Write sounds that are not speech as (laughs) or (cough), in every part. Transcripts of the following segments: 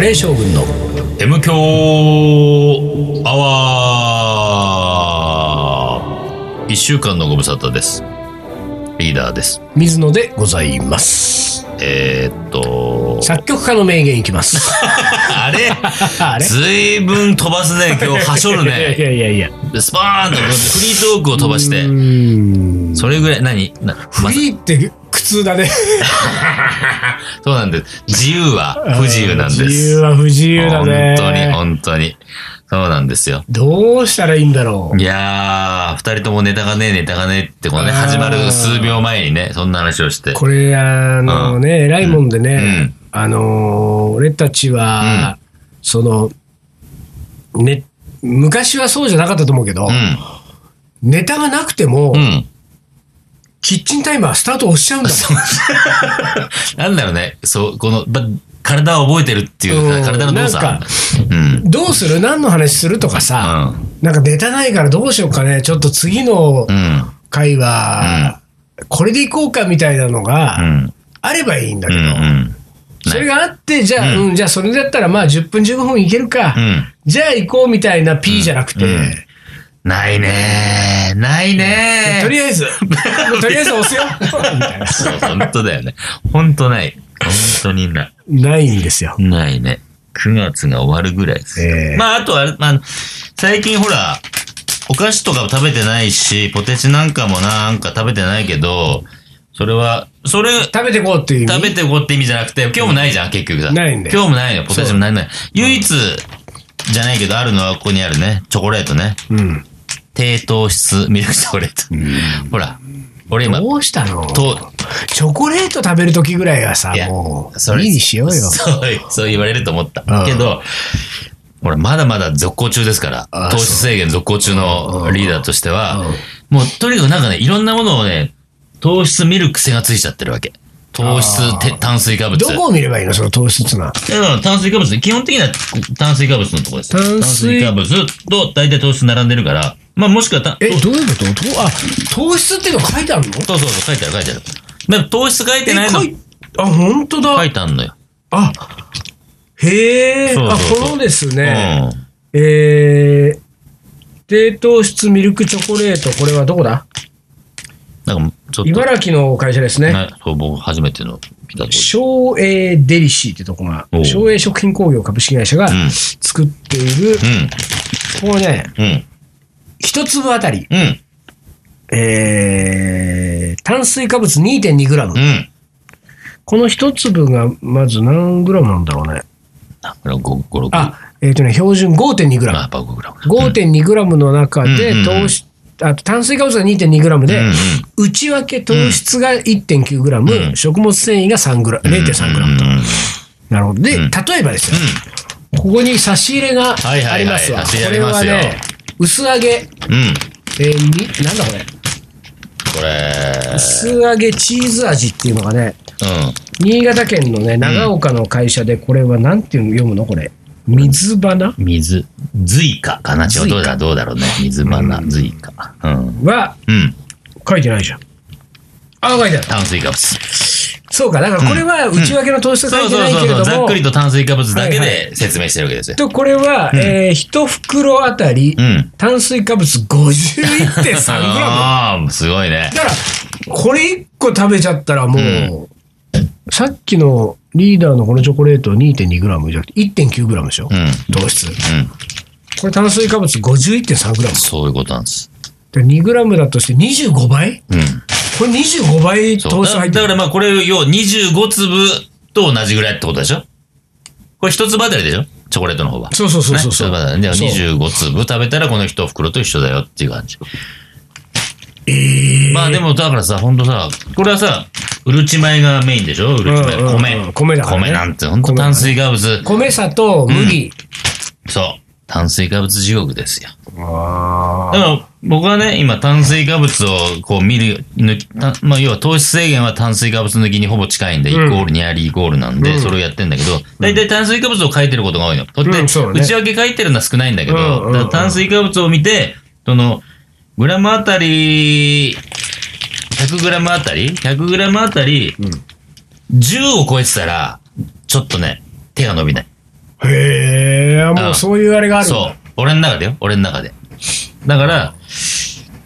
レー将軍の M 強アワー一週間のご無沙汰です。リーダーです。水野でございます。えー、っと、作曲家の名言いきます。あれ (laughs) あれずいぶん飛ばすね、今日、はしょるいね。やいやいや。でスパーンとフリートークを飛ばしうて、ーん。それぐらい、何なまフリーって苦痛だね。そうなんです。自由 (laughs) は不自由なんです。自由は不自由だね。本当に、本当に。そうなんですよ。どうしたらいいんだろう。いやー、二人ともネタがねえ、ネタがねえって、このね、あー始まる数秒前にね、そんな話をして。これ、あのね、偉いもんでね、あのー、俺たちは、その、ね、昔はそうじゃなかったと思うけど、うネタがなくても、ん。うん。キッチンタイマースタート押しちゃうんだ (laughs) もんなんだろうね、そう、この、ば体を覚えてるっていううか、ん体の動作なんかうん。どうする何の話するとかさ、なんかネタないからどうしようかね、ちょっと次のうん。回は、これでいこうかみたいなのうがん。あればいいんだうけど、ん。それがあって、じゃあ、うんじゃあそれだったらまあ10分15分いけるか、うん。じゃあ行こうみたいな P じゃなくて、うんないねー。ないねー。とりあえ (laughs) ず、もうとりあえず押すよみたいな。そう、本当だよね。本当ない。本当にない。ないんですよ。ないね。9月が終わるぐらいです。ええまあ、あとは、まあ、最近ほら、お菓子とか食べてないし、ポテチなんかもなんか食べてないけど、それは、それ、食べてこうっていう意味。食べてこうって意味じゃなくて、今日もないじゃん、結局さ。ないんだよ今日もないよ、ポテチもないない。唯一、じゃないけど、あるのはここにあるね、チョコレートね。うん。低糖質ミルクチョコレート。ほら、俺今、どうしたのと、チョコレート食べる時ぐらいはさいや、も、そうれいいにしようよ。そう、そう言われると思った。うんけど、ほら、まだまだ続行中ですからあ、糖質制限続行中のリーダーとしては、もうとにかくなんかね、いろんなものをね、糖質見る癖がついちゃってるわけ。糖質、て炭水化物。どこを見ればいいのその糖質っていうのは。いや炭水化物ね、基本的には炭水化物のところです。炭水化物と大体糖質並んでるから、まあもしくはた、え、どういうこととあ、糖質っていうの書いてあるのそうそうそう、書いてある書いてある。でも糖質書いてないの、え書いあ、本当だ。書いてあるのよ。あ、へえ。そうあそうそう、このですね、うん。えー、低糖質ミルクチョコレート、これはどこだなんか、ちょっと、茨城の会社ですね。ね、そう、僕初めての見たとこ省栄デリシーってとこがお、う省栄食品工業株式会社がん作っている、ここね、うん、うん。一粒あたり、うん。えー、炭水化物 2.2g。うん。この一粒がまず何グラムなんだろうね。あ、これは5、5、6。あ、えっ、とね、標準5.2グまあ、やラっぱ5グラム。ム。5.2グラムの中うんうんうでん糖質、あと炭水化物が2.2グラムで、うんうん内訳糖質が1.9グラム、うん食物繊維が3グラム、0.3グラムと。うんうんうんなるほど。で、うん例えばですよ、ここに差し入れがいはいはいありますわ。差し入れありますよこれはね、薄揚げ、うん。うん。えーみ、なんだこれ。これ、薄揚げチーズ味っていうのがね、新潟県のね、長岡の会社で、これはなんていうの読むのこれ。水花うん。水、ズイカかな。違ズう、イカどうだ、どうだろうね。水バナ、ズイカ。うん。はうん。書いてないじゃん。あ、書いてある。炭水化物。そそうか、だからこれは内訳の糖質うが書いそうてないそけうれそどう。ざっもく、りと炭水化物だけはいはで説明してるわけですよ。とこれは、えー、1袋あたりうん炭水化物 51.3g。 (laughs) ああ、すごいね。だから、これ1個食べちゃったらもう、うんさっきのリーダーのこのチョコレート 2.2g じゃなくて 1.9g でしょ、うん。うん。糖質。これ炭水化物 51.3g。そういうことなんです。で 2g だとして25倍うん。これ25倍そ糖う質入だってだからる。まあこれ、要は25粒と同じぐらいってことでしょこれ一粒あたりでしょチョコレートの方は。そうそうそうそうそうね一粒あたりでそう25粒食べたらこの一袋と一緒だよっていう感じ。えーまあでもだからさ、ほんとさ、これはさ、うるち米がメインでしょうるち米、うんうんうん米。米だからねなんてほんと炭水化物。米砂糖、麦。そう。炭水化物地獄ですよ。あだから僕はね、今炭水化物をこう見る、抜きたまあ要は糖質制限は炭水化物抜きにほぼ近いんで、イコんールニアリーイコールなんうで、んそれをやってんだけど、大体炭水化物を書いてることが多いの。だってうんそうだね内訳書いてるのは少ないんだけど、うんうんうんだから炭水化物を見て、その、グラムあたり、100グラムあたり ?100 グラムあたり、10を超えてたら、ちょっとね、手が伸びない。あ。へえ、もうそういうあれがあるんだそう。俺の中でよ。俺の中で。だから、だか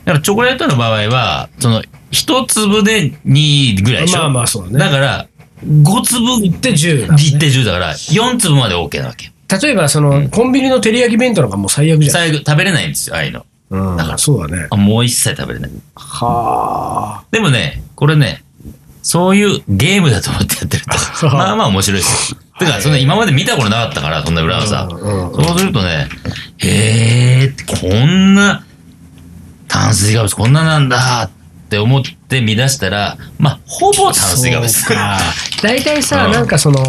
らチョコレートの場合は、その、一粒で2ぐらいでしょ。まあまあそうだねだから、5粒行って10だもんね一定10だから、4粒まで OK なわけ。例えば、その、コンビニの照り焼き弁当なんかもう最悪じゃん。最後、食べれないんですよ、ああいうの。うんだからそうだね。あもう一切食べれない。はあ。でもね、これね、そういうゲームだと思ってやってる (laughs) と、あまあまあ面白いですよ。てか、その今まで見たことなかったから、そんな裏技。うんうんうんそうするとね、へえ、こんな炭水化物こんななんだって思って見出したら、まあ、ほぼ炭水化物。そうか大体さ、うんなんかその、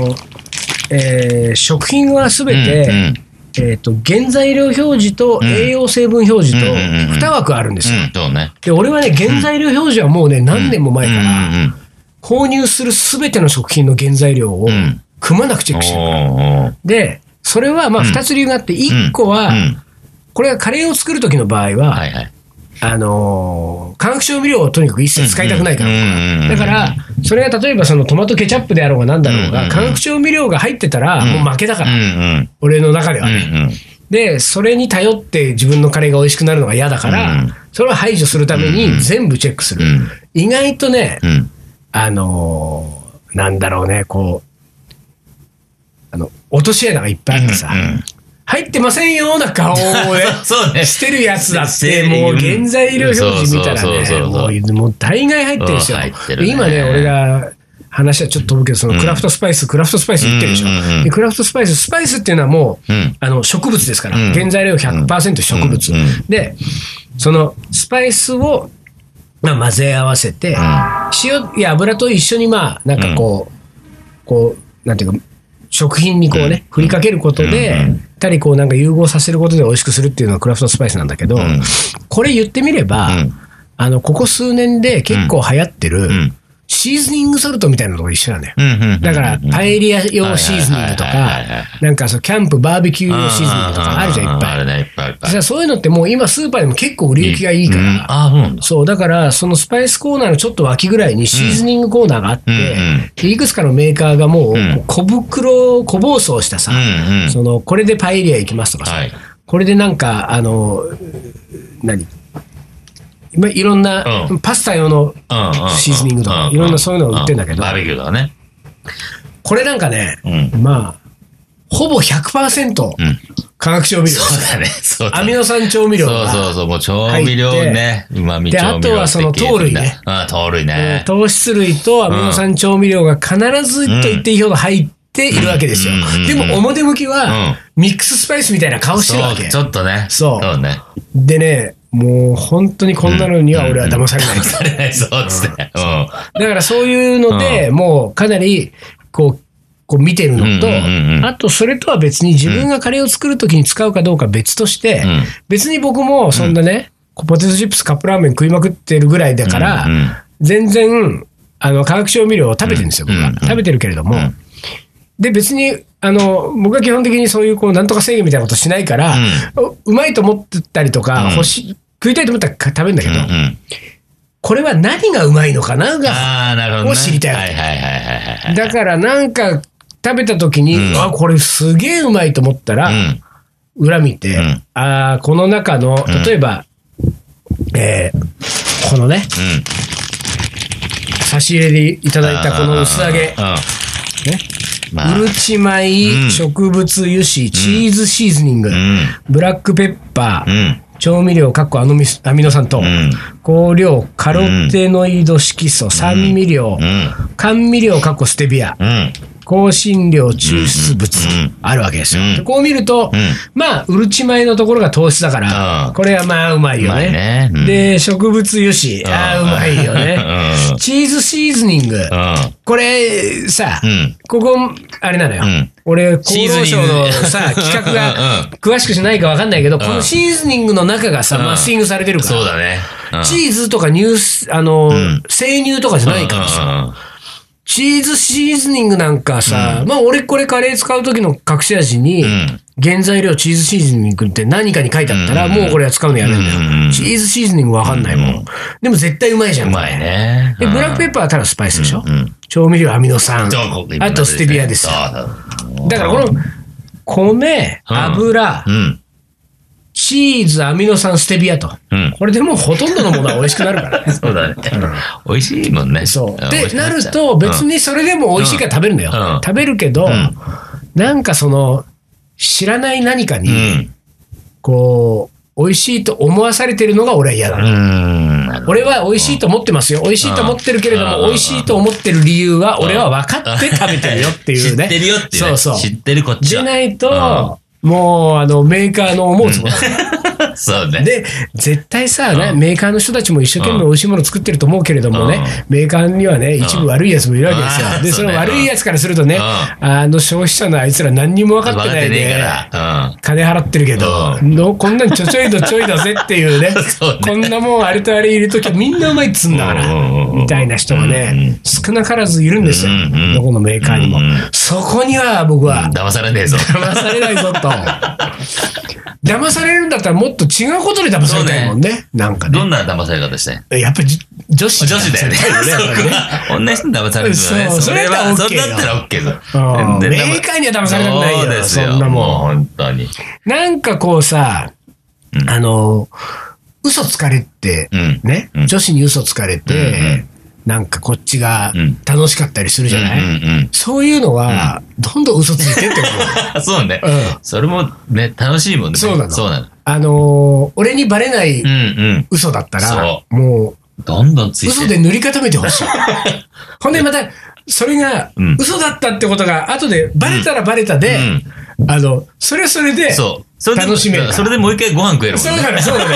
えー食品はすべうんうんて、えっと、原材料表示とうん栄養成分表示とうんうんうんうん2枠あるんですよ。うん、そうね。で、俺はね、原材料表示はもうね、何年も前かうら、んうんうん購入するすべての食品の原材料をうんくまなくチェックしてる。おーおーで、それはまあうん2つ理由があって、1個はう、んこれはカレーを作る時の場合はは、いはい。あのー化学調味料をとにかく一切使いたくないから。だかうんら、それが例えばそのトマトケチャップであろうがなんだろううんうんうが、ん化学調味料が入ってたら、うんもう負けだかうら、ん俺の中ではうん。うね。んうん。で、それに頼って自分のカレーが美味しくなるのが嫌だから、うんそれを排除するためうんうにん全部チェックする。うん意外とね、うん。あのーなんだろうね、こう、あの、落とし穴がいっぱいあってさ、うん入ってませんような顔をね (laughs) そうね。してるやつだっしてて、るもう原材料表示見たらそうそうそうそうね、もうもう大概入ってるんですようん入ってる。ね今ね、俺が話はちょっと飛ぶけど、そのクラフトスパイス、クラフトスパイス言ってるでしょうんうんうん。でクラフトスパイス、スパイスっていうのはもう、うん。あの植物ですから、うん原材料100%植物。うんうんで、そのスパイスを、まあ、混ぜ合わせて、塩や油と一緒に、まあ、なんかこう、こう、なんていうか、食品にこうね、振りかけることで、うんうんぴったりこうなんか融合させることで美味しくするっていうのはクラフトスパイスなんだけど、んこれ言ってみれば、うんあの、ここ数年で結構流行ってる、んシーズニングソルトみたいなのと一緒なんだよ。うんうん。だから、パエリア用シーズニングとはいはかいはいはいはい、なんかそう、キャンプ、バーベキュー用シーズニングとかあるじゃん、いっぱいあ。るね、いっぱいいっぱい。実はそういうのってもう今スーパーでも結構売り行きがいいから、うんああ、そうなんだ。そう、だから、そのスパイスコーナーのちょっと脇ぐらいにシーズニングコーナーがあって、うんうんでいくつかのメーカーがもううん小袋、小包装したさ、うんうん。その、これでパエリア行きますとかさ、はい。これでなんか、あの、何まいろんな、うパスタ用の、うんうん。シーズニングとかういろんなそういうのを売ってんだけどうバーベキューとかね。 (laughs) これなんかね、うん。まあ、ほぼ100%うん。化学調味料、そうだね、そうだアねミノ酸調味料そうがそうそう、もう調味料ね。うまみで調味料。あとはその糖類ね。うん、糖類えーね。糖質類とアミノ酸調味料が必ずと言っていいほど入っているわけですよ。うんでも表向きは、ミックススパイスみたいな顔してるわそう、けち。ょっとね。そうそうね。でね、もう本当にこんなのには俺は騙されない。されない、そうですね。うだからそういうので、もうかなり、こう、こう見てるのとうんうんう、んあとそれとは別に自分がカレーを作るときに使うかどうか別としてうん、別に僕もそんなね、こうポテトチップスカップラーメン食いまくってるぐらいだかうんうんら、全然、あの、化学調味料を食べてるんですよ、うん僕はうん。うん食べてるけれどもん。で、別に、あの、僕は基本的にそういう、こう、なんとか制限みたいなことしないから、うまいと思ってたりとかう、ん欲しい、食いたいと思ったら食べるんだけん。うど、んうん。これは何がうまいのかながああ、なるほどね。を知りたいわはけいはいはいはいはい。だからなんか食べた時に、うんあ、これすげえうまいと思ったら、うん。裏見て、うんあーこの中の、ん例えば、えーこのね、うん。差し入れでいただいたこの薄揚げう、ん。ね、まあうるち米、うん植物油脂、チーズシーズニング、うん。ブラックペッパー、うん。調味料、かっこアノミスアミノ酸と、ん香料、カロテノイド色素、酸味料、うん。甘味料、かっこステビア、うん。香辛料、抽出物うんうん、あるわけですよ。うんでこう見ると、うんまあ、うるち米のところが糖質だから、うんこれはまあ、うまいようまいね。ねうんで、植物油脂、ああ、ううんまいよね。うんチーズシーズニング、これ、さ、うんここ、あれなのよ。うん俺、厚労省のシーズニングさ、企画うんが詳しくしないかわかんないけど、このシーズニングの中がさ、うんマッシングされてるかそうら、だね。うんチーズとか乳す、あのん、生乳とかじゃないからさ、チーズシーズニングなんかさ、まあ俺これカレー使う時の隠し味に、ん原材料チーズシーズニングって何かに書いてあったら、うんうんもうこれは使うのやめんだよ、うんうんチーズシーズニングわかんないもん。でも絶対うまいじゃん。うまいね。で、うんブラックペッパーはただスパイスでしょ、うんうん調味料アミノ酸そうここ。あとステビアですそよ。うだだからこの、米、うん油、うん。チーズ、アミノ酸、ステビアと。うん。これでもうほとんどの (laughs) ものは美味しくなるからね。そうだね。美味しいもんね。そんう。美で味、しくなっちゃるうと、別にそれでも美味しいから食べるのよ。うん食べるけど、んなんかその、知らない何かうに、ん。こう、美味しいと思わされてるのが俺は嫌だう。ん。なるほど俺は美味しいと思ってますよ。美味しいと思ってるけれどうんも、美味しいと思ってる理由は、俺は分かって食べてるよっていうね。知ってるよっていうね。そうそ知う。ってるこっちじは。ゃないと、もう、あの、メーカーの思うつもり。そうね。で、絶対さ、ねうんメーカーの人たちも一生懸うん命美味しいもの作ってると思うけれどもね、メーカーにはね、一部悪いやつもいるわけですよあ。ーで、そそうねの悪いやつからするとね、うんあの消費者のあいつら何にも分かってない分かってねえで、から。金払ってるけど、うのこんなんちょちょいどちょいだぜっていうね、 (laughs) そうねこんなもんあれとあれ入れときゃみんなうまいっつうんだかうんうんうらん、うんみたいな人がね、少なからずいるんですようんうん、どこのメーカーにもうんうん。そこには僕うはん。騙されね (laughs) えぞ。騙されないぞと。騙されるんだったらもっと違うことで騙されたいもんね。なんかね。どんな騙され方したいやっぱりじ女子女 (laughs) 子だよね。やっぱりねそう女子に騙されるのはそね。うそれは、そそれれだだったら OK よったら OK だ。うん全然メーカーには騙されたくないよそうですよ。そんなもんう本当に。なんかこうさ、うんあの、嘘つかれてう、ん。ねう、ん女子に嘘つかれうんうて、なんかこっちがうん楽しかったりするじゃなういんうんうんそういうのは、どんどん嘘ついてって思う。あ (laughs) そうねうん。それもね、楽しいもんね。そうなのそうなの。あの、俺にバレないうんうん。嘘だったらそ、もう、どんどんついて嘘で塗り固めてほ (laughs) しい。ほんでまた、それがうん、嘘だったってことが、後でバレたらバレたで、あの、それはそれで、そう。それで楽しめるからそれでもう一回ご飯食えるもんそうね。だね、そう (laughs) だね。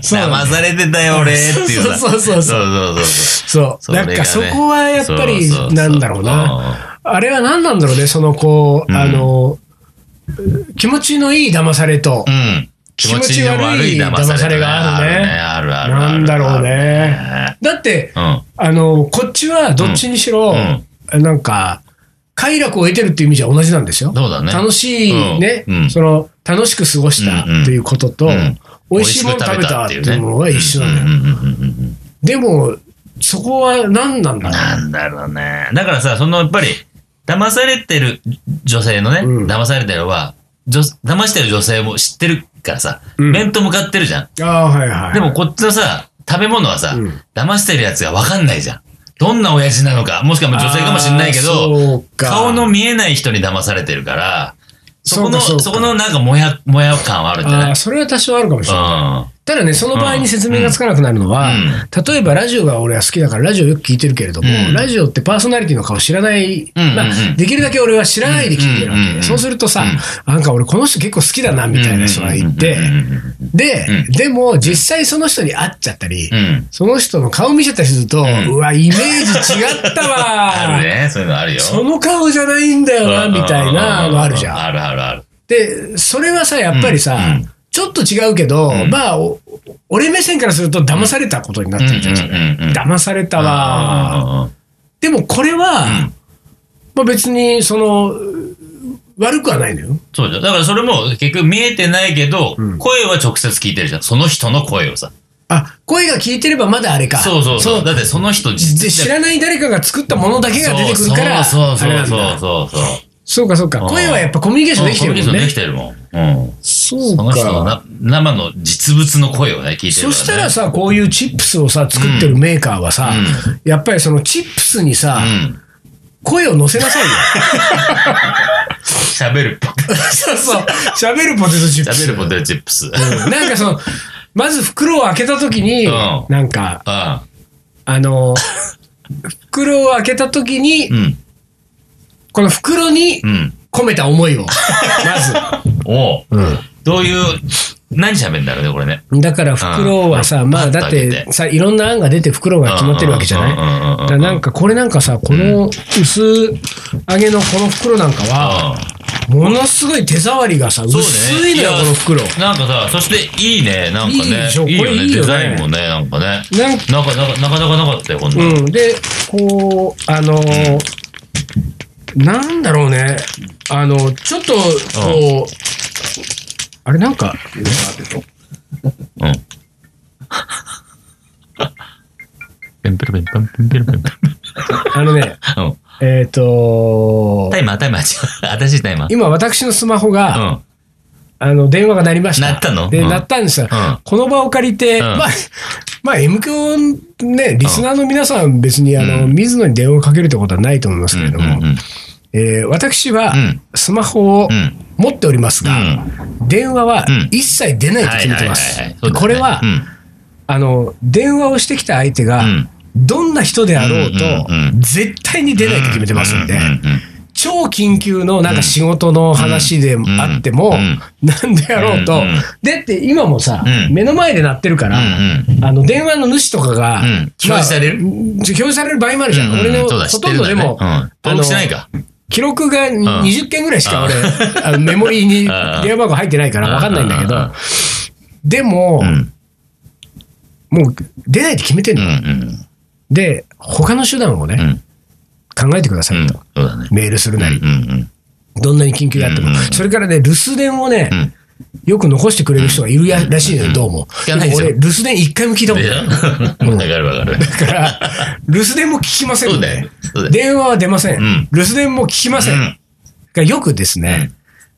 そうだね騙されてたよ、俺っていうさ。そうそうそうそうそうそうそうそうそれなんがねかそこはやっぱりそうそう、そうなんだろうな。あれは何なんだろうね、そのこう、うんあの、気持ちのいい騙されとう、ん。気持ちの悪い騙されがあるね。あるあるある。なんだろう。ね。だって、うん。あの、こっちはどっちにしろ、うんなんか、快楽を得てるっていう意味じゃ同じなんですよ。そうだね楽しいね、うんうんその、楽しく過ごしたうんうんということと、うん美味しいもの食べたっていうものは一緒なのよ。うんうんうんうんうんでも、そこは何なんだろなんだろうね。だからさ、そのやっぱり、騙されてる女性のね、うん騙されてるは、女騙してる女性も知ってるからさ、うん面と向かってるじゃん。う。ああ、はいはい。でもこっちのさ、食べ物はさ、うん騙してるやつがわかんないじゃん。どんな親父なのか、もしくはもう女性かもしれないけあーそうど、か顔の見えない人に騙されてるから、そこの、そうかそそうかこのなんかもや、もや感はあるんじゃあないあ、それは多少あるかもしれない。うん。ただね、その場合に説明がつかなくなるのは、うん例えばラジオが俺は好きだから、ラジオよく聞いてるけれども、うんラジオってパーソナリティの顔知らない、うんうんうんまあ、できるだけ俺は知らないで聞いてるわけ、うんうんうんそうするとさ、なんか俺この人結構好きだな、みたいな人がいて、うんうんうんで、うんでも実際その人に会っちゃったり、うんうん。その人の顔見ちゃったりすると、ううんわ、イメージ違った (laughs) あわる。ね、そういうのあるよ。その顔じゃないんだよな、うんみたいなのあるじゃん。あるあるある。で、それはさ、やっぱりさ、うんうんちょっと違うけど、うんまあ、お俺目線からすると騙されたことになってるじゃん。うんうんうん騙されたわ。うんうんうんでもこれは、うんまあ別に、その、う悪くはないのよ。そうじゃん。だからそれも結局見えてないけど、うん声は直接聞いてるじゃん。その人の声をさ。あ、声が聞いてればまだあれか。そうそうそう。だってその人で知らない誰かが作ったものだけが出てくるから、そうあそれうなんそうだそうそうそう。そうかそうか。うん声はやっぱコミュニケーションできてるもんうんコミュニケーションでねき。てるもん。うん。そそうの人か。のな生の実物の声をね、聞いてるからね。そしたらさ、こういうチップスをさ、作ってるメーカーはさ、やっぱりそのチップスにさ、うん。声を乗せなさいよ。 (laughs) 喋る (laughs) ポテそうそう。喋るポテトチップト、喋ス。るポテトチップス。うん。うんなんかその、まず袋を開けたときに、うんなんか、あの、袋を開けたときに、うん。この袋にうん。込めた思いを、まおうず。どういう、何喋るんだろうね、これね。だから袋はさ、うんまあだっパッと開けててさ、いろんな案が出て袋が決まってるわけじゃないうんうんうんうんうんだからなんかこれなんかさ、この薄揚げのこの袋なんかは、ああ。ものすごい手触りがさ、そう薄ねいのよ、いやこの袋。なんかさ、そしていいね、なんかいいでねしょ。いいこよれね、いいよねデザインもね、なんかね。なんなんか、なんか、なかなかなかったよ、こんなの。うん、で、こう、あのーなんだろうね、あの、ちょっと、こう、あれなんか、うん。ペンペルペンペンペンペルペンペン。あのね、うん。 (laughs) えっ、とタイマー、タイ (laughs) マー、違う。新しいタイマー。今私のスマホが、うん。あの、電話が鳴りました。鳴ったので、うん鳴ったんですよ。んこの場を借りて、んまあ、まあ、M 響ね、リスナーの皆さん別に、あの、水野に電話をかけるってことはないと思いますけれども、うんうんうんえー私はうんスマホをうん持っておりますが、電話はうん一切出ないと決めてまはすいはいはいはいそう。だねこれは、うんあの、電話をしてきた相手がうん、どんな人であろうとうんうんう、ん絶対に出ないと決めてますんでう、んうん超緊急のなんか仕事の話であっても、うんなんでやろうと、うんうんでって今もさ、うん目の前で鳴ってるから、うんあの電話の主とかが、うん表示されるまあ表示される場合もあるじゃん、うんうん俺のそうだほとんどでも、知ってるんだねうん登録してないかあの記録が20件ぐらいしか俺、あのメモリーに電話番号入ってないから分かんないんだけうんど、でも、うんうんもう出ないって決めてんうの、んうんで他の手段をね、考えてくださうんいそと、うだねメールするなり、うんうんどんなに緊急であっても、うんうんそれからね留守電をね、うんよく残してくれる人がいるやらしいのよ、どうも。聞かないでしょ俺、留守電一回も聞いたこでとしょない。わかるわかる。だから、留守電も聞きませんのそうだでよ。そうだよ。電話は出ません。うん留守電も聞きません。うんがよくですね、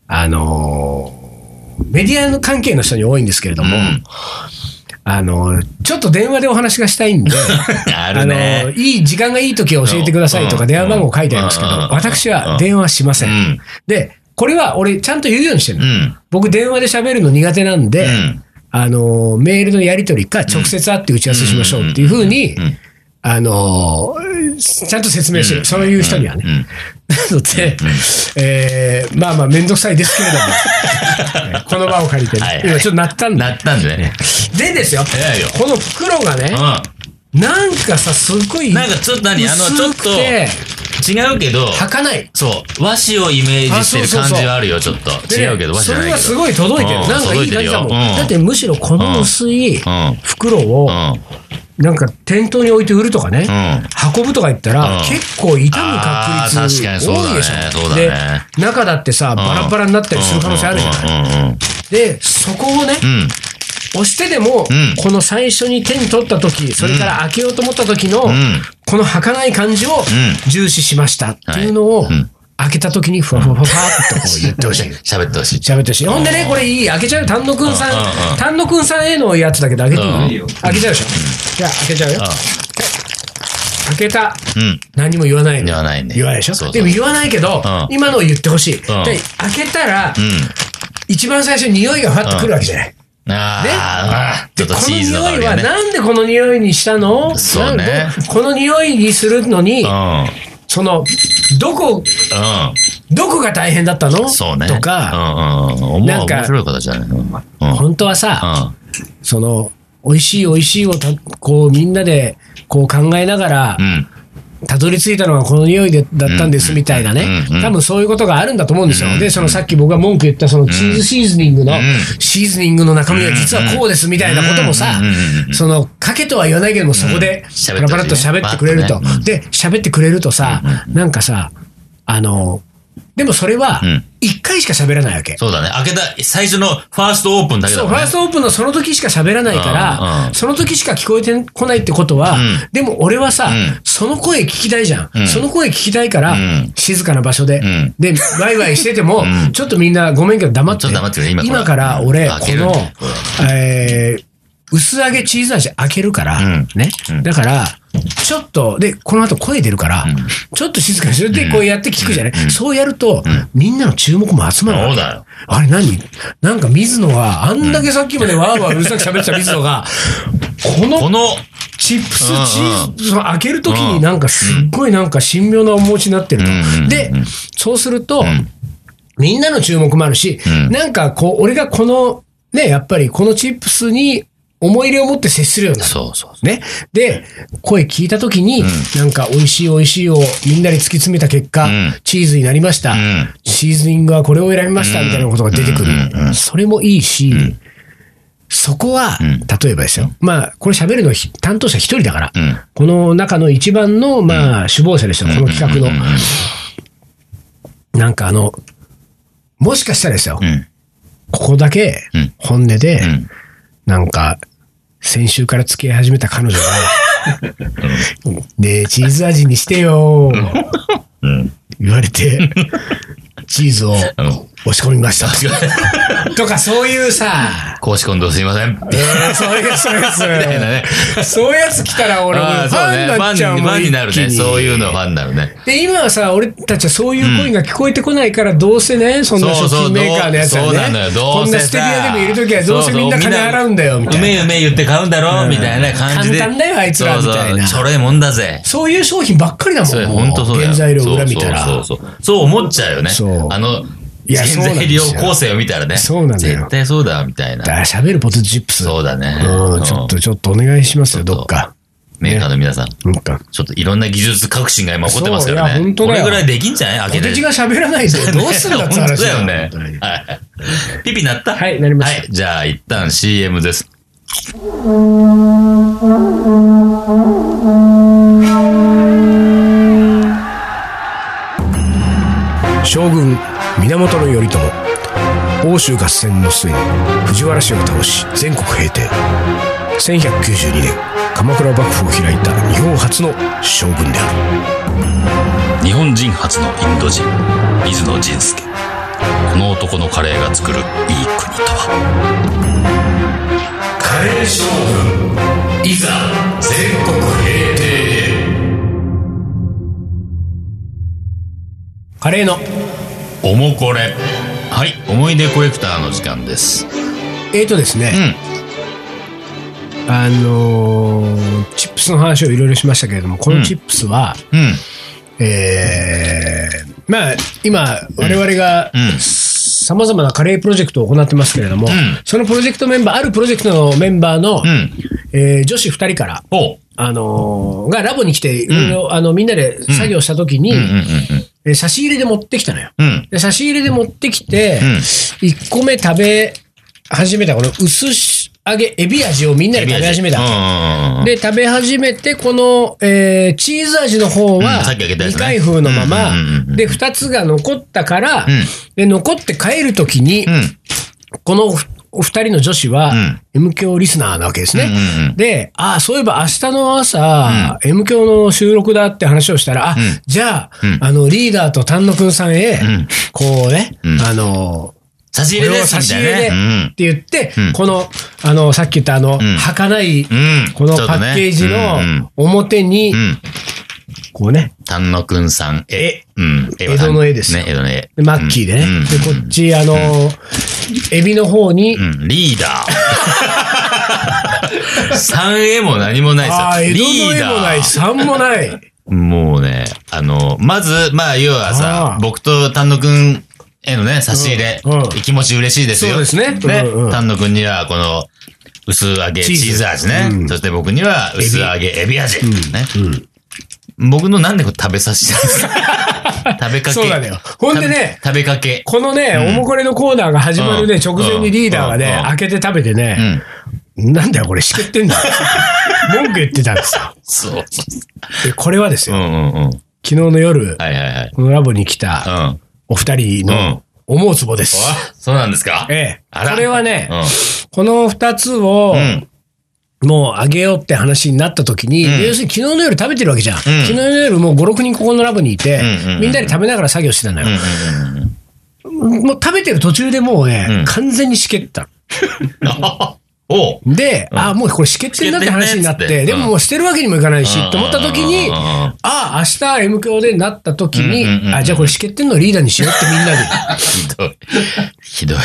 あのーメディアの関係の人に多いんですけれども、うんあのーちょっと電話でお話がしたいんで、 (laughs) あるねのーいい、時間がいい時は教えてくださいとうかん電話番号書いてありますけどうんうん、私は電話しませ。うんんで、これは俺ちゃんと言うようにしてるうの。ん僕電話で喋るの苦手なんで、うんあの、メールのやり取りか、直接会って打ち合わせしましょうっていうふうにん、あの、ちゃんと説明してうる。んそういう人にはうね。んなので、えーまあまあ、面倒くさいですけれど (laughs) もえー、この場を借りてはいね、は今いちょっと鳴ったんなだ。ったんだよね。でですよ偉いよ、この袋がね、うなんかさ、すごい、ん。なんかちょっと何あの、ちょっ薄くてと違うけど、履かない。そう、和紙をイメージしてる感じはあるよ、ちょっと。で違うけど、和紙じそゃなれいけど。がすごい届いてる。うんなんかいい感じだもん。届いてるようんだってむしろこの薄いうん袋を、なんか店頭に置いて売るとかね、運ぶとか言ったら、うん結構傷む確率あー確かにそうだね多いでしそょ。うだねで、中だってさ、バラバラになったりする可能性あるじゃない。ない。で、そこをね、うん。うん押してでも、うんこの最初に手に取った時、それから開けようと思った時の、んこの儚い感じをん重視しましたっていうのを、はいうん開けた時にふわふわふわふわっとこう言ってほしい。喋ってほしい。喋ってほしい。ほんでね、これいい。開けちゃうよ。丹野くんさ、うんうんうんん丹野くんさんへのやつだけど開けていいうん開けちゃうでしょ。じゃあ開けちゃうよ。開けた。うん。何も言わないの言わないね言わないでしょそうそうでも言わないけど、うん今のを言ってほしい、で開けたら、う一番最初に匂いがふわっとくるわけじゃない、ん。ああ、ちょっことのチーズの香匂いりがはね。なんでこの匂いにしたのそうねなんでこの匂いにするのに、そのどこうん。どこが大変だったのうん。そうね。とか、、うんうん。思う面白いことじゃない。うん。うん。本当はさ、その美味しい美味しいをたこうみんなでこう考えながら、うん。たどり着いたのがこの匂いでだったんですみたいなねうんう、ん多分そういうことがあるんだと思うんですよ。で、そのさっき僕が文句言ったそのチーズシーズニングのん、シーズニングの中身は実はこうですみたいなこともさうんうんう、んその、かけとは言わないけども、そこでうん喋っパてほしいねラパラっと喋ってくれるパとッとねう。んで、喋ってくれるとさ、なんかさ、あの、でもそれはうん、一回しか喋らないわけ。そうだね。開けた、最初のファーストオープンだけだそう、フもんァねー。ストオープンのその時しか喋らないかうんうら、んその時しか聞こえてこないってことはん、でも俺はさん、その声聞きたいじゃうんん。その声聞きたいからうん、静かな場所でん。で、ワイワイしてても、ちょっとみんなごめんけど黙っちてょっと黙ってね。今から今から俺、こ開けるのね、えー薄揚げチーズ味開けるからうん、ね。だから、ちょっと、で、この後声出るから、ちょっと静かにするってこうやって聞くじゃない。そうやると、みんなの注目も集まるわけ。そうだよ。あれ何なんか水野は、あんだけさっきまでわーわーうるさく喋ってた水野が、ここのの、チップスうんうんチーズを開けるときになんかすっごいなんか神妙なお持ちになってるうんうんうと。んで、そうすると、みんなの注目もあるし、うんなんかこう、俺がこの、ね、やっぱりこのチップスに思い入れを持って接するようになる。そうそう。ね。で、声聞いたときに、なんか美味しい美味しいをみんなに突き詰めた結果、んチーズになりました、んシーズニングはこれを選びました、みたいなことが出てくる。それもいいし、そこは、例えばですよ。まあ、これ喋るのひ担当者一人だから、んこの中の一番の、まあ、首謀者ですよ、この企画の。なんかあの、もしかしたらですよ、うん。ここだけうん本音で、んなんか、先週から付き合 (laughs) い始めた彼女が、ねえ、チーズ味にしてよ。うん。言われ (laughs) て、チーズをうん押し込みました。 (laughs) とか、そういうさ、公式今度すいません。みえーそういうやつ、そういう (laughs) やたいなね。つ。そういうやつ来たら俺もうああ、フそうァンにね。フなァっンちゃう。に、ファンになるね。そういううのファンになるね。で、今はさ、俺たちはそういう声が聞こえてこないから、どうせね、そんなそ食うそう品メーカーのやつそうはなのねよ、どこうせさんなステディアでもいるときは、どうせみんなそ金うそうみんな払うんだよ、みたういな。めえうめえ言って買うんだろみたいな感じで。簡単だよあいつらみたいなそうそう。ちょろいもんだぜ。そういう商品ばっかりだもそれん、本当そうだよ。原材料裏見たら。そうそうそうそう。そう思っちゃうよねそう。あの、いや原そうなん材です料よ構成を見たらね。そうなんだよ絶対そうだ、みたいなだ。から喋るポテトチップス。そうだね。うん、ちょっと、ちょっとお願いしますよ、ちょっとどっか。メーカーの皆さん。どっか。ちょっといろんな技術革新が今起こってますからね。そういや本当こだれよぐらいできんじゃないポ開けテて。チが喋ら (laughs) ないぞ。どうすんだって本当話だよよね。はいピピなったはいなりましたはいじゃあ一旦 CM です。将軍源頼朝欧州合戦の末に藤原氏を倒し全国平定1192年鎌倉幕府を開いた日本初の将軍である日本人初のインド人水野仁介この男のカレーが作るいい国とはカレー将軍いざ全国平定カレーのおもこれ。はい、思い出コレクターの時間です。えーとですうね、ん。あのーチップスの話をいろいろしましたけれどもこのチップスは、うん。えーまあ、今、我々がうんうん、さまざまなカレープロジェクトを行ってますけれども、んそのプロジェクトメンバー、あるプロジェクトのメンバーの、うん。えー女子2人から、おう。あのーがラボに来て、いろいろ、あの、みんなで作業したときに、うんうんえー差し入れで持ってきたのよ。うん。うん。で差し入れで持ってきて、うん1個目食べ始めた、この薄し揚げエビ味をみんなで食べ始めた。うんうんうん。で、食べ始めて、この、えーチーズ味の方うんは、さっきあげたやつ未ね開封のままうんうんうんうん、で、二つが残ったから、んで、残って帰るときに、うん。このおお二人の女子は、M 教リスナーなわけですね。うんうんうんで、ああ、そういえば明日の朝、M 教の収録だって話をしたら、あ、んじゃあ、うんあの、リーダーと丹野くんさんへ、んこうね、うんあの、差し入れこれでをす差みした入いれで、なってね。言って、うんこの、あの、さっき言ったあの、ん儚い、うん。うん。このちょっパとねッケージうんうんの表にう、ん。こうね、丹野くんさん、絵。うん。絵は江戸の絵ですよね、江戸の絵。でマッキーでねうん。で、こっち、あのー、エビの方にう、ん、リーダー。3絵 (laughs) も何もないああ、江で戸すよ。のリー絵もなダい、ー。三もない。もうね、あの、まず、まあ、要はあさー、僕と丹野くんへのね、差し入れ、うんうん気持ち嬉しいですよ。そうですねうんうん丹野くんには、この、薄揚げチチーズーズ味ね。うんそして僕には、薄揚げエビ味。ね僕のなんでこれ食べさせたんです (laughs) か食べかけ。そうなのよほんでね食べ食べかけ。このね、おもこれのコーナーが始まるね、うん直前にリーダーがうんねう、ん開けて食べてうね、ん。なんだよ、これ、しけってんだ (laughs) よ。文句言ってたんですよ。そう。でこれはですうんよ、うんうん。昨日の夜、はいはいはい。このラボに来たうん。お二人の思うつぼです。あ、 (laughs) そうなんですかええ。あらこれはね、うこの二つをん。う、ん。もうあげようって話になった時に、ん要するに昨日の夜食べてるわけじゃん。昨日の夜もう5、6人ここのラボにいて、うんうんうんみんなで食べながら作業してたのうんよ。もう食べてる途中でもうね、うん完全にしけったうん (laughs) うん。おう。の。で、ああ、もうこれしけってるなって話になって、しけってんねっつってでももう捨てるわけにもいかないし、うんと思った時に、うんうんうんああ、明日 M 教でなった時に、うんうんうんあじゃあこれしけってんのをリーダーにしようってみんなで。ひど (laughs) い。ひどい。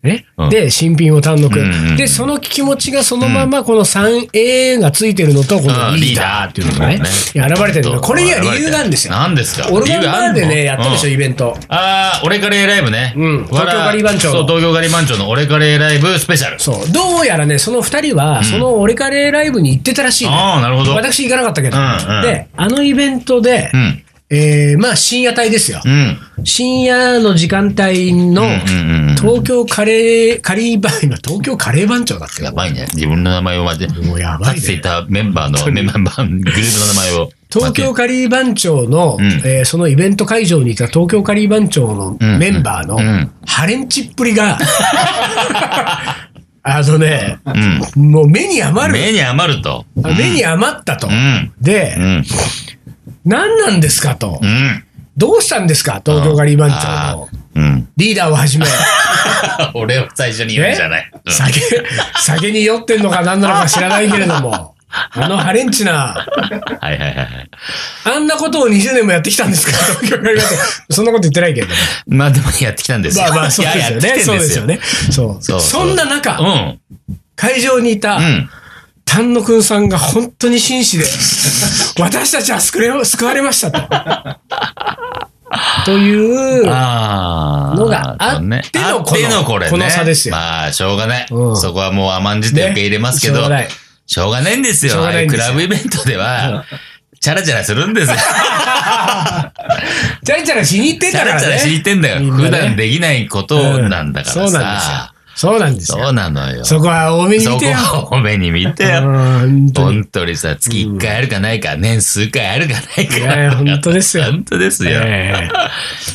ねうんで、新品を単独、うんうんうんで、その気持ちがそのまま、この 3A がついてるのと、このうんリーダーっていうのがね、現れてるの。これには理由なんですよ。何ですかオルガンバーでね、やったでしょ、ょイベント。ああ、俺カレーライブね。うんわ東ら京ガリバン長のそう、東京ガリバン長の俺カレーライブスペシャル。そう。どうやらね、その二人は、そのオレカレーライブに行ってたらしいのよああ、なるほど。私行かなかったけど。うんうんで、あのイベントで、うん。えーまあ深夜帯ですよう。ん。深夜の時間帯の、うんうんうん東京カレー、カリーバン、今東京カレー番長だって。やばいね。自分の名前を間違えもうやばいねかつていたメンバーの、メンバー、グループの名前を。東京カリー番長の、んえーそのイベント会場にいた東京カリー番長のんメンバーのうんハレンチっぷりが、 (laughs) あのね、うん。もう目に余る、目に余ると。目に余ったと。うん。でう、ん。何なんですかとう。ん。どうしたんですか東京ガリバン長のうん。 (laughs) リーダーをはじめ。俺を最初に言うんじゃない。うん酒、酒に酔ってんのか何なのか知らないけれども。あのハレンチな、はいはいはいはい。あんなことを20年もやってきたんですか東京ガリバン長そんなこと言ってないけれども。まあでもやってきたんですよ。まあまあ、そういややってきでてんすよね。そうですよね。そう。そうそ。そうんな中、うん。会場にいた、うん。丹野くんさんが本当に紳 (laughs) 士で、私たちは救れ救われましたと。と (laughs) いう、ああ。のがあってのねあっこのてのこれね。この差ですよまあ、しょうがない。うんそこはもう甘んじて受け入れますけどねしょうがない。しょうがないんですよ。しょうあがあないいうんクですよラブイベントでは、チャラチャラする (laughs) んですよ。チャラチャラしに行ってチたャからラね。チャラしに行ってんだよ。みんなね普段できないことなんだからさ。そうなんですよ。そうそなですよ。うんなのよ。そそこは多めに見てよ。こを目に見てうよ。ん本当に。本当にさ、月1回あるかないか、年数回あるかないか。いやいや本当ですよ本当ですよ。ええ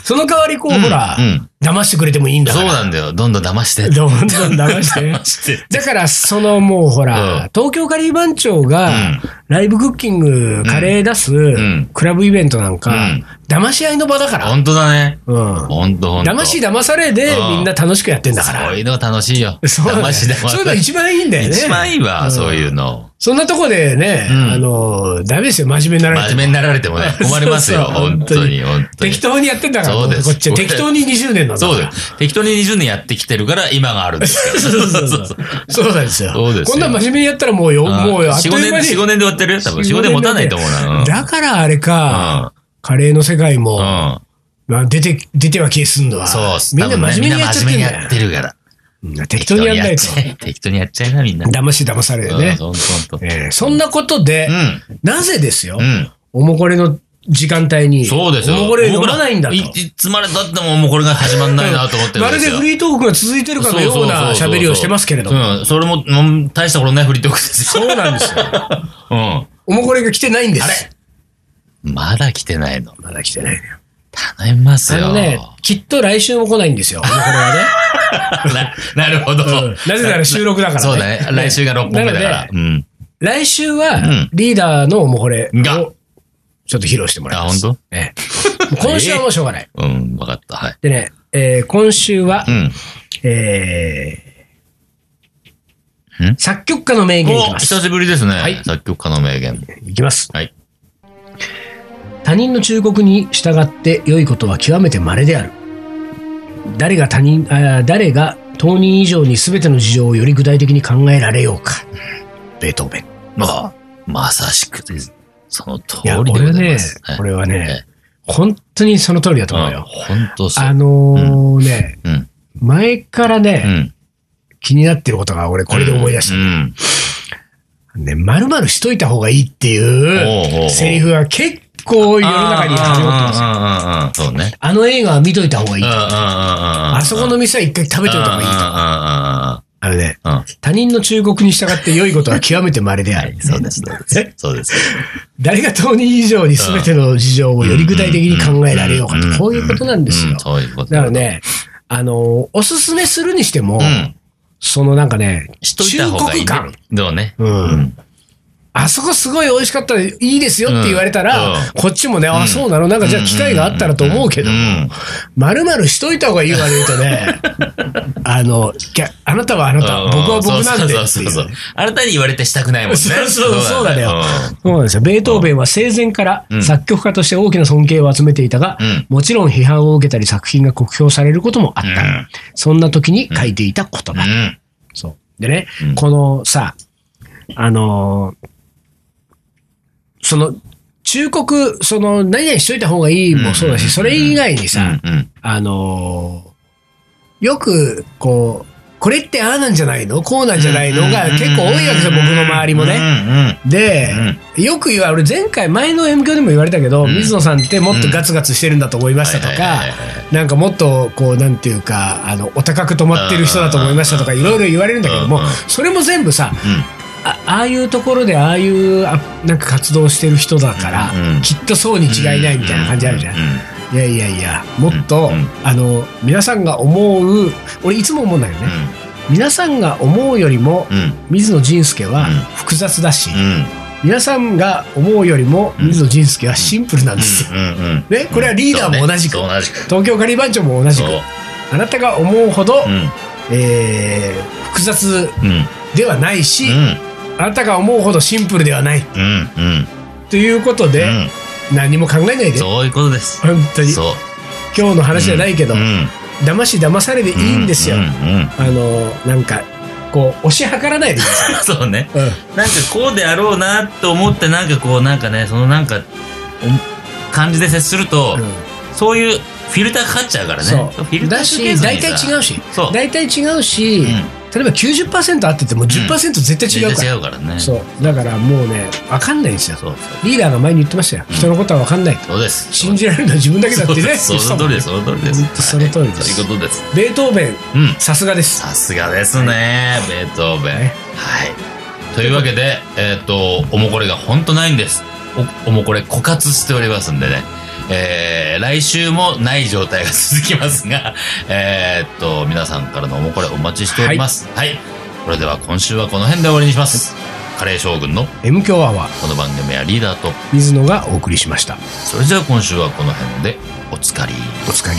その代わり、こう、ほら、うん騙してくれてもいいんだかそうら。なんだよ。どんどん騙して。 (laughs) どんどん騙して。して。だから、そのもうほら、うん東京カリー番長がうん、ライブクッキング、カレー出す、んクラブイベントなんか、うん騙し合いの場だから。本当だね。うん。本当本当。騙し騙されで、うんみんな楽しくやってんだかそうら。いうのが楽しいよ。そうだね騙し騙そういうの一番いいんだよね。一番いいわ、んそういうの。そんなとこでね、うんあの、ダメですよ、真面目になられても。真面目になられ (laughs) てもね、困りますよ。そうそう本当に、本当に適。当にやってんだから、そうですこっちは適当に20年なんだからそうだよ。適当に20年やってきてるから、今があるんですよ。そうそうそうそう。そうなんですよ。そうですよこんなん真面目にやったらもうよ、もうよ、あっと4、5いう間年、に。 4、5年で終わってる多分。4、5年持たないと思うな。うんだからあれか、カレーの世界も、まあ、出て、出ては消すんだうわ。ん。そうっす。みんな多分ね真面目にやっちゃってんみんな真だ面目にやよって。るから。うん適当にやんないと。適当にやっちゃえ適当にやっちゃいな、みんな。騙し騙されでねうん。ほんとほんとえーそんなことで、うなぜですよ、ん。うん。おもこれの時間帯に、そうですよ。おもこれ飲まないんだと。いいつまで経ってももうこれが始まんないなと思ってるまんでるすでよ。フリートークが続いてるかのような喋りをしてますけれども。も。うん。それも、うん大したことないフリートークですよ。そうなんですよ。うん。あおもこれが来てないんです。れまだ来てないの。まだ来てないのよ。頼みますあよ。のね、きっと来週も来ないんですよ。おもこれはね。な、なるほど。うんなぜなら収録だからねそうだね。来週が6本目だからな。のうん。来週うはん、リーダーのおもこれを、ちがょっと披露してもらいあ、ま本す。当？ええ今週はもうしょうがない。うん、わかった。はい。でね、えー今週はう、ん。えーん作曲家の名言いきお、ます久。しぶりですね。はい作曲家の名言。いきます。はい。他人の忠告に従って良いことは極めて稀である。誰が他人、あー誰が当人以上に全ての事情をより具体的に考えられようか。ベートーベン。まあ、まさしくです。その通いや、り俺でごはざいまねす。、俺ははいね、本当にその通りだと思ううんよ。本当そうあ。のーね、うん。前からうね、ん。気になってることが俺これで思い出した。うん。ね、まるまるしといた方がいいっておうおうおいううセリフが結構世の中に始まってます。ます。うんうんうんうん。そうね。あの映画は見といた方がいいうん。うんうんうんうん。ああそこの店は一回食べといた方がいいと。いあのね、うんうんうんうんうん。他人の忠告に従って良いことは極めて稀である。 (laughs) そうです。そうですえ。そうです。誰が当人以上に全ての事情をより具体的に考えられようかと。こういうことなんですうよん。そういうこと。だからね、あの、おすすめするにしてもう、ん。そのなんかね、しといた方がいい忠告ね。どうね。うん。あそこすごい美味しかった、いいですよって言われたら、うんこっちもね、あ、そうなのなんかじゃあ機会があったらと思うけど、うん。まるまるしといた方がいいわ、言うと (laughs) ね、あの、いやあなたはあなた、僕は僕なんでそうってそいうそううそう。あなたに言われてしたくないもんね。そうそうそうだようんそうなんですよ。ベートーベンは生前からうん作曲家として大きな尊敬を集めていたが、うんもちろん批判を受けたり作品が酷評されることもあった。うんそんな時に書いていた言葉。うん。そう。でね、うんこのさ、あのーその、忠告、その、何々しといた方がいいもそうだし、うんそれ以外にさ、うん。あのーよく、こう、これってああなんじゃないのこうなんじゃないのが結構多いわけですよ、僕の周りもね。ね。で、よく言われる、俺前回、前の M 響でも言われたけど、うん水野さんってもっとガツガツしてるんだと思いましたとうんかはいはいはいは、なんかもっと、こう、なんていうか、あの、お高く止まってる人だと思いましたとか、いろいろ言われるんだけどもうんうん、それも全部さ、うあああいうところで、ああいう、あなんか活動してる人だからうん、きっとそうに違いないみたいな感じあるじゃんう。ん。いやいやいや、もっとうんうん、あの、皆さんが思う、俺いつも思うんだけどね、皆さんが思うよりも、うん。水野仁介はうん複雑だし、うん。皆さんが思うよりも水野仁介はシンプルなんですよ、うんうんねこれはリーダーも同じくそうねそう同じく。東京カリバン長も同じくそう。あなたが思うほど、うん。えー複雑うん。ではないし、うん。あなたが思うほどシンプルではないうん。うん。ということで、う何も考えないん。で本そういうことです。当にそう。今日の話じゃないけど、うん。騙し騙されでいいんですよ、うん。うんあのなんかこう推し量らないでくださ (laughs) そうね。い、うんなんかこうであろうなと思って、なんかこう、なんかね、そのなんか、お感じで接すると、うんそういうフィルターかかっちゃうからね。そフィルうだターかしけず大にさ体違うしそう大体違うし、ん例えば90%合ってても10%絶対違うから、全然違うからね。そうだからもうね分かんないんですよそう。リーダーが前に言ってましたよ人のことは分かんないそうです。信じられるのは自分だけだってねそうですその通りです。その通りです。本当その通りですはいそういうことです。ベートーベンうん。さすがですさすがですね、ベートーベン。ねはい。というわけで、えっ、と、おもこれが本当ないんです。おおもこれ枯渇しておりますんでね。えー、来週もない状態が続きますが、 (laughs) えーっと、皆さんからのおもこれお待ちしております。はい。それでは今週はこの辺で終わりにします。カレー将軍の M 強アワーこの番組はリーダーと、水野がお送りしましたそれじゃあ今週はこの辺でおつかり。お疲れ